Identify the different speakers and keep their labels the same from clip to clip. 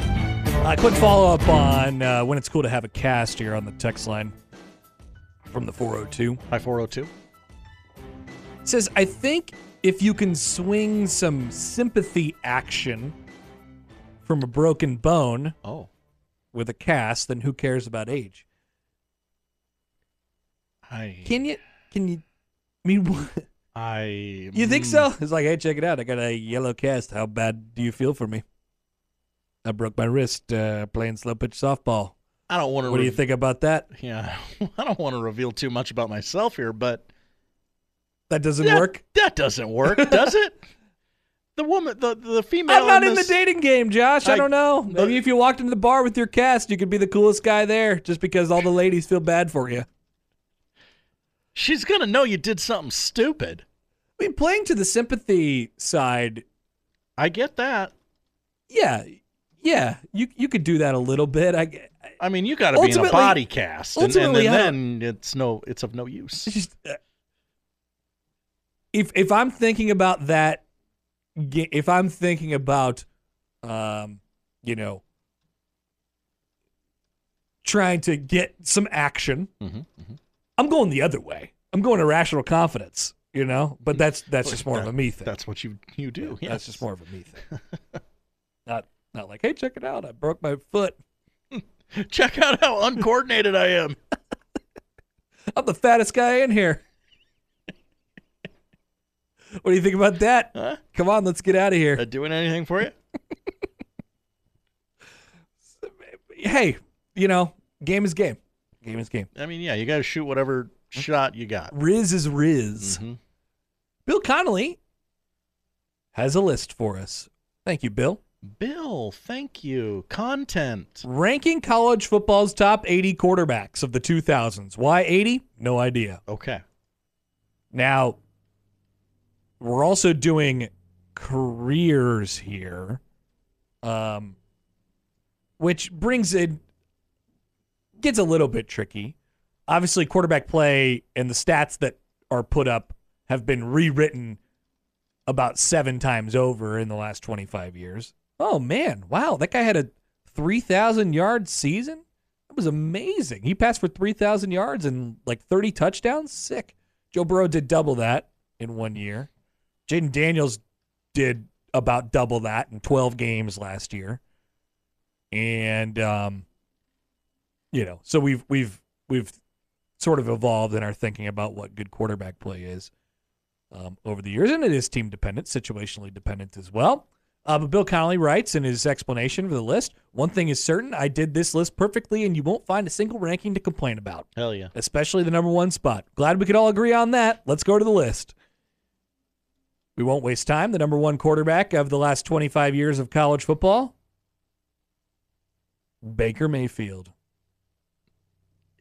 Speaker 1: Uh, quick follow up on uh, when it's cool to have a cast here on the text line from the 402.
Speaker 2: By 402.
Speaker 1: It says, I think if you can swing some sympathy action from a broken bone
Speaker 2: Oh.
Speaker 1: with a cast, then who cares about age?
Speaker 2: I.
Speaker 1: Can you? Can you? I mean, what-
Speaker 2: I. mm,
Speaker 1: you think so? It's like, hey, check it out. I got a yellow cast. How bad do you feel for me? I broke my wrist uh, playing slow pitch softball.
Speaker 2: I don't want to.
Speaker 1: What do you think about that?
Speaker 2: Yeah. I don't want to reveal too much about myself here, but
Speaker 1: That doesn't
Speaker 2: that,
Speaker 1: work.
Speaker 2: That doesn't work, does it? The woman, the the female.
Speaker 1: I'm not in
Speaker 2: this-
Speaker 1: the dating game, Josh. I,
Speaker 2: I-
Speaker 1: don't know.
Speaker 2: but-
Speaker 1: Maybe if you walked into the bar with your cast, you could be the coolest guy there just because all the ladies feel bad for you.
Speaker 2: She's gonna know you did something stupid.
Speaker 1: I mean, playing to the sympathy side,
Speaker 2: I get that.
Speaker 1: yeah, yeah, you you could do that a little bit. I, g- I-
Speaker 2: I mean, you got to be in a
Speaker 1: Ultimately-
Speaker 2: body cast, and, and
Speaker 1: ultimately, I
Speaker 2: then, then it's no, it's of no use.
Speaker 1: it's just uh, if if I'm thinking about that, ga- if I'm thinking about, um, you know, trying to get some action,
Speaker 2: Mhm,
Speaker 1: I'm going the other way. I'm going irrational confidence, you know. But that's that's just more of a me thing.
Speaker 2: That's what you you do. Yeah,
Speaker 1: That's just more of a me thing. not not like, hey, check it out, I broke my foot.
Speaker 2: Check out how uncoordinated I am.
Speaker 1: I'm the fattest guy in here. what do you think about that?
Speaker 2: Huh?
Speaker 1: Come on, let's get out of here.
Speaker 2: Uh, doing anything for you?
Speaker 1: hey, you know, game is game. Game is game.
Speaker 2: I mean, yeah, you got to shoot whatever
Speaker 1: Mm-hmm.
Speaker 2: shot you got.
Speaker 1: Riz is Riz.
Speaker 2: Mhm.
Speaker 1: Bill Connolly has a list for us. Thank you, Bill.
Speaker 2: Bill, thank you. Content.
Speaker 1: Ranking college football's top 80 quarterbacks of the 2000s. Why 80? No idea.
Speaker 2: Okay.
Speaker 1: Now, we're also doing careers here, um, which brings it gets a little bit tricky. Obviously, quarterback play and the stats that are put up have been rewritten about seven times over in the last 25 years. Oh man, wow, that guy had a 3,000 yard season. That was amazing. He passed for 3,000 yards and like 30 touchdowns. Sick. Joe Burrow did double that in one year. Jaden Daniels did about double that in 12 games last year. And um you know, so we've we've we've sort of evolved in our thinking about what good quarterback play is um, over the years, and it is team dependent, situationally dependent as well. Uh, but Bill Connolly writes in his explanation for the list: one thing is certain, I did this list perfectly, and you won't find a single ranking to complain about
Speaker 2: Hell yeah.
Speaker 1: especially the number one spot. Glad we could all agree on that. Let's go to the list. We won't waste time. The number one quarterback of the last 25 years of college football, Baker Mayfield.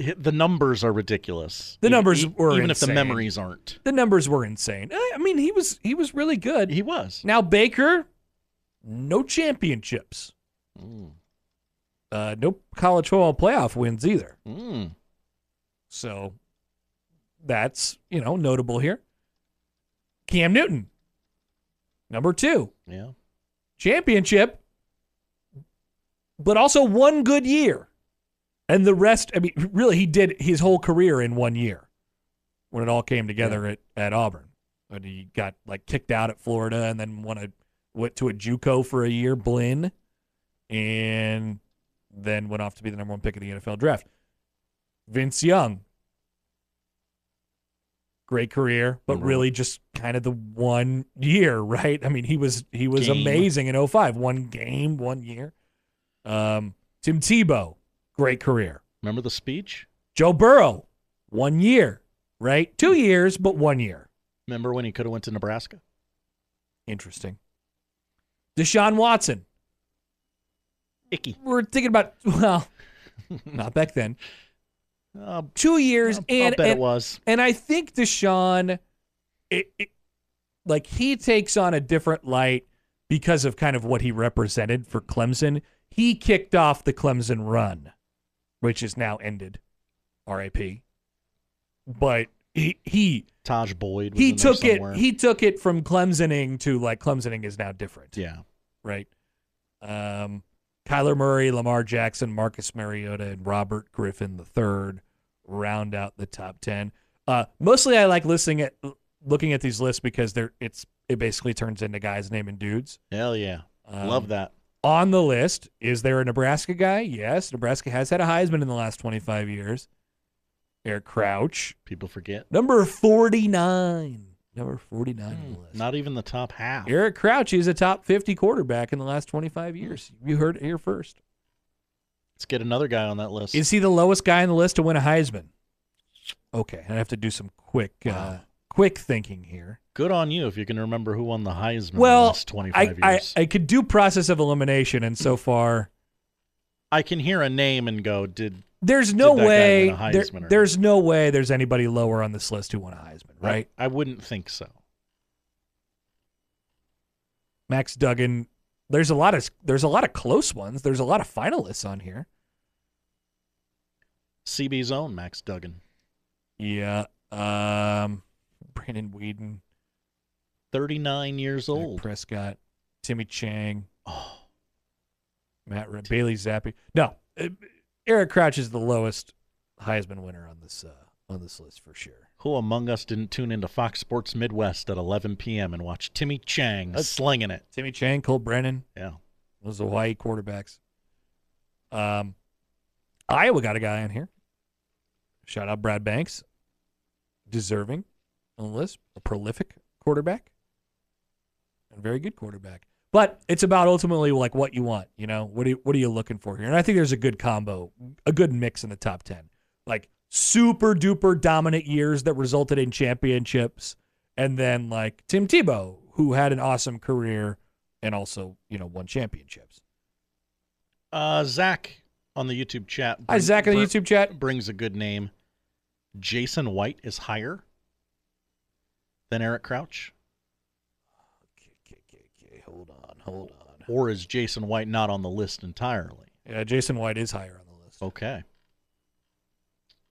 Speaker 2: Hi- The numbers are ridiculous.
Speaker 1: The
Speaker 2: Even-
Speaker 1: numbers
Speaker 2: e-
Speaker 1: were
Speaker 2: even if the
Speaker 1: insane.
Speaker 2: memories aren't.
Speaker 1: The numbers were insane. I I mean, he was he was really good.
Speaker 2: He was.
Speaker 1: Now Baker, no championships,
Speaker 2: Mm.
Speaker 1: uh, no college football playoff wins either.
Speaker 2: Mm.
Speaker 1: So that's, you know, notable here. Cam Newton, number two,
Speaker 2: Yeah.
Speaker 1: championship, but also one good year. And the rest, I mean, really, he did his whole career in one year when it all came together at, at Auburn. And he got like kicked out at Florida and then won a, went to a JUCO for a year, Blinn, and then went off to be the number one pick of the NFL draft. Vince Young, great career, but
Speaker 2: Number one.
Speaker 1: really just kind of the one year, right? I mean, he was he was
Speaker 2: Game.
Speaker 1: amazing in 05. One game, one year. Um, Tim Tebow, great career.
Speaker 2: Remember the speech?
Speaker 1: Joe Burrow, one year. right? Two years, but one year.
Speaker 2: Remember when he could have went to Nebraska?
Speaker 1: Interesting. Deshaun Watson.
Speaker 2: Icky.
Speaker 1: We're thinking about well, not back then.
Speaker 2: I'll,
Speaker 1: Two years,
Speaker 2: Uh, I'll- I'll
Speaker 1: and
Speaker 2: bet
Speaker 1: and,
Speaker 2: it was.
Speaker 1: and I think Deshaun, it, it, like he takes on a different light because of kind of what he represented for Clemson. He kicked off the Clemson run, which is now ended. R.I.P. But he he
Speaker 2: Taj Boyd. Was
Speaker 1: he
Speaker 2: in there
Speaker 1: took it
Speaker 2: somewhere.
Speaker 1: he took it from Clemsoning to like Clemsoning is now different
Speaker 2: yeah.
Speaker 1: right? Um, Kyler Murray, Lamar Jackson, Marcus Mariota, and Robert Griffin III round out the top ten. Uh, mostly, I like listening at looking at these lists because they're it's it basically turns into guys naming dudes.
Speaker 2: Hell yeah.
Speaker 1: Um,
Speaker 2: Love that.
Speaker 1: On the list, is there a Nebraska guy? Yes, Nebraska has had a Heisman in the last twenty five years. Eric Crouch,
Speaker 2: People forget.
Speaker 1: number forty nine, number forty nine on the list.
Speaker 2: Hmm, Not even the top half.
Speaker 1: Eric Crouch is a top 50 quarterback in the last 25 years. You heard it here first.
Speaker 2: Let's get another guy on that list.
Speaker 1: Is he the lowest guy on the list to win a Heisman? Okay, I have to do some quick uh,
Speaker 2: Wow.
Speaker 1: quick thinking here.
Speaker 2: Good on you if you can remember who won the Heisman the
Speaker 1: Well,
Speaker 2: last 25
Speaker 1: I, I,
Speaker 2: years.
Speaker 1: I could do process of elimination, and so far
Speaker 2: I can hear a name and go, did
Speaker 1: there's no
Speaker 2: Did that guy
Speaker 1: way
Speaker 2: win a
Speaker 1: there-
Speaker 2: Heisman or
Speaker 1: there's no way there's anybody lower on this list who won a Heisman, right?
Speaker 2: I, I wouldn't think so.
Speaker 1: Max Duggan. There's a lot of there's a lot of close ones. There's a lot of finalists on here.
Speaker 2: CB's own Max Duggan,
Speaker 1: Yeah. Um, Brandon Whedon.
Speaker 2: 39 years
Speaker 1: Dak
Speaker 2: old.
Speaker 1: Prescott, Timmy Chang,
Speaker 2: Oh,
Speaker 1: Matt Ryan, Bailey Zappi. No, uh, Eric Crouch is the lowest Heisman winner on this uh, on this list for sure.
Speaker 2: who among us didn't tune into Fox Sports Midwest at 11 p.m. and watch Timmy Chang
Speaker 1: That's-
Speaker 2: slinging it?
Speaker 1: Timmy Chang, Cole Brennan,
Speaker 2: Yeah.
Speaker 1: those Hawaii quarterbacks. Um, Iowa got a guy on here. Shout out Brad Banks, deserving on the list, a prolific quarterback, and a very good quarterback. But it's about ultimately like what you want, you know. What do you, what are you looking for here? And I think there's a good combo, a good mix in the top ten, like super duper dominant years that resulted in championships, and then like Tim Tebow, who had an awesome career and also you know won championships.
Speaker 2: Uh, Zach on the YouTube chat.
Speaker 1: Hi, Zach on the YouTube chat.
Speaker 2: Brings a good name. Jason White is higher than Eric Crouch,
Speaker 1: Okay, okay, okay, okay. Hold on, hold on.
Speaker 2: or is Jason White not on the list entirely?
Speaker 1: Yeah, Jason White is higher on the list.
Speaker 2: Okay.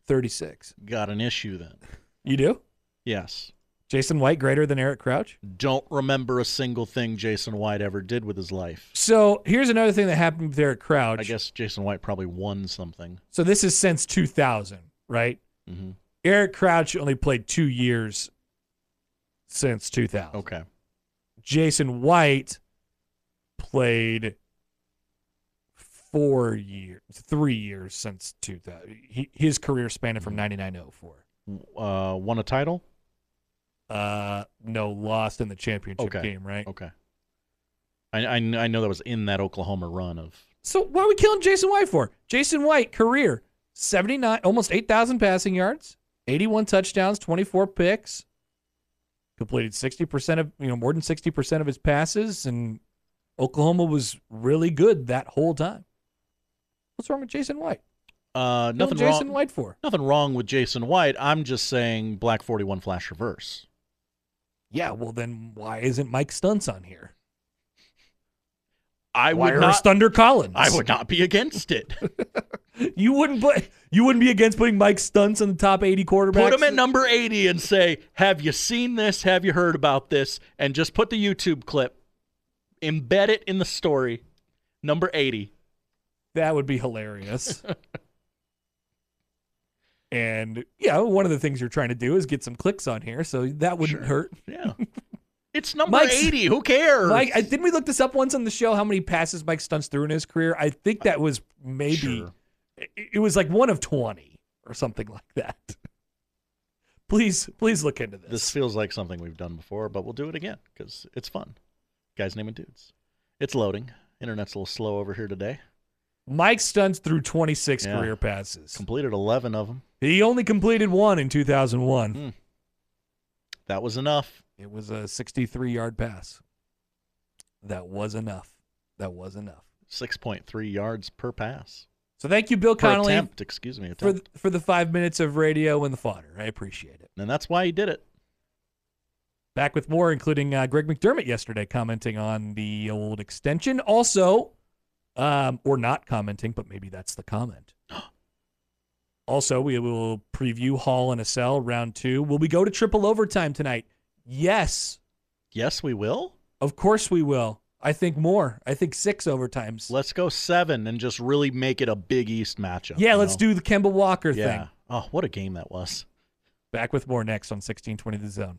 Speaker 1: Thirty-six.
Speaker 2: Got an issue then.
Speaker 1: You do?
Speaker 2: Yes.
Speaker 1: Jason White greater than Eric Crouch?
Speaker 2: Don't remember a single thing Jason White ever did with his life.
Speaker 1: So here's another thing that happened with Eric Crouch.
Speaker 2: I guess Jason White probably won something.
Speaker 1: So this is since 2000, right?
Speaker 2: hmm
Speaker 1: Eric Crouch only played two years since 2000.
Speaker 2: Okay.
Speaker 1: Jason White played four years, three years since 2000. He, his career spanned
Speaker 2: Mm-hmm.
Speaker 1: from 99 to 04.
Speaker 2: Uh, won a title?
Speaker 1: Uh, no, lost in the championship
Speaker 2: Okay.
Speaker 1: game, right?
Speaker 2: Okay. I, I, I know that was in that Oklahoma run of.
Speaker 1: So what are we killing Jason White for? Jason White career 79 almost 8000 passing yards, 81 touchdowns, 24 picks. Completed 60% of, you know, more than 60% of his passes and Oklahoma was really good that whole time. What's wrong with Jason White?
Speaker 2: Uh,
Speaker 1: Killing
Speaker 2: nothing
Speaker 1: Jason
Speaker 2: wrong.
Speaker 1: White for.
Speaker 2: Nothing wrong with Jason White. I'm just saying Black 41 Flash Reverse.
Speaker 1: Yeah, well then why isn't Mike Stunts on here?
Speaker 2: I
Speaker 1: why
Speaker 2: would
Speaker 1: are
Speaker 2: not.
Speaker 1: Thunder Collins?
Speaker 2: I would not be against it.
Speaker 1: You wouldn't play, you wouldn't be against putting Mike Stunts in the top 80 quarterbacks.
Speaker 2: Put him at number 80 and say, "Have you seen this? Have you heard about this?" And just put the YouTube clip, embed it in the story. Number 80.
Speaker 1: That would be hilarious. and yeah, one of the things you're trying to do is get some clicks on here, so that wouldn't
Speaker 2: Sure.
Speaker 1: hurt.
Speaker 2: Yeah. It's number
Speaker 1: Mike's-
Speaker 2: 80. Who cares?
Speaker 1: Mike, I, didn't we look this up once on the show? How many passes Mike Stunts threw in his career? I think that was maybe
Speaker 2: Sure.
Speaker 1: it, it was like one of twenty or something like that. please, please look into this.
Speaker 2: This feels like something we've done before, but we'll do it again because it's fun. Guys naming dudes. It's loading. Internet's a little slow over here today.
Speaker 1: Mike Stunts threw 26
Speaker 2: Yeah.
Speaker 1: career passes.
Speaker 2: Completed 11 of them.
Speaker 1: He only completed one in 2001.
Speaker 2: Mm. That was enough.
Speaker 1: It was a 63 yard pass. That was enough. That was enough.
Speaker 2: 6.3 yards per pass.
Speaker 1: So thank you, Bill
Speaker 2: Per
Speaker 1: Connolly,
Speaker 2: attempt, excuse me.
Speaker 1: for,
Speaker 2: Attempt.
Speaker 1: th- for the five minutes of radio and the fodder. I appreciate it.
Speaker 2: and that's why he did it.
Speaker 1: Back with more, including uh, Greg McDermott yesterday commenting on the old extension. Also, um, or not commenting, but maybe that's the comment. also, we will preview Hall and a Cell round two. Will we go to triple overtime tonight? Yes,
Speaker 2: Yes, we will.
Speaker 1: of course we will. I think more. I think six overtimes.
Speaker 2: Let's go seven and just really make it a Big East matchup.
Speaker 1: yeah,
Speaker 2: you
Speaker 1: let's
Speaker 2: know?
Speaker 1: do the Kemba Walker
Speaker 2: yeah.
Speaker 1: thing.
Speaker 2: Oh, what a game that was.
Speaker 1: Back with more next on 1620 The Zone.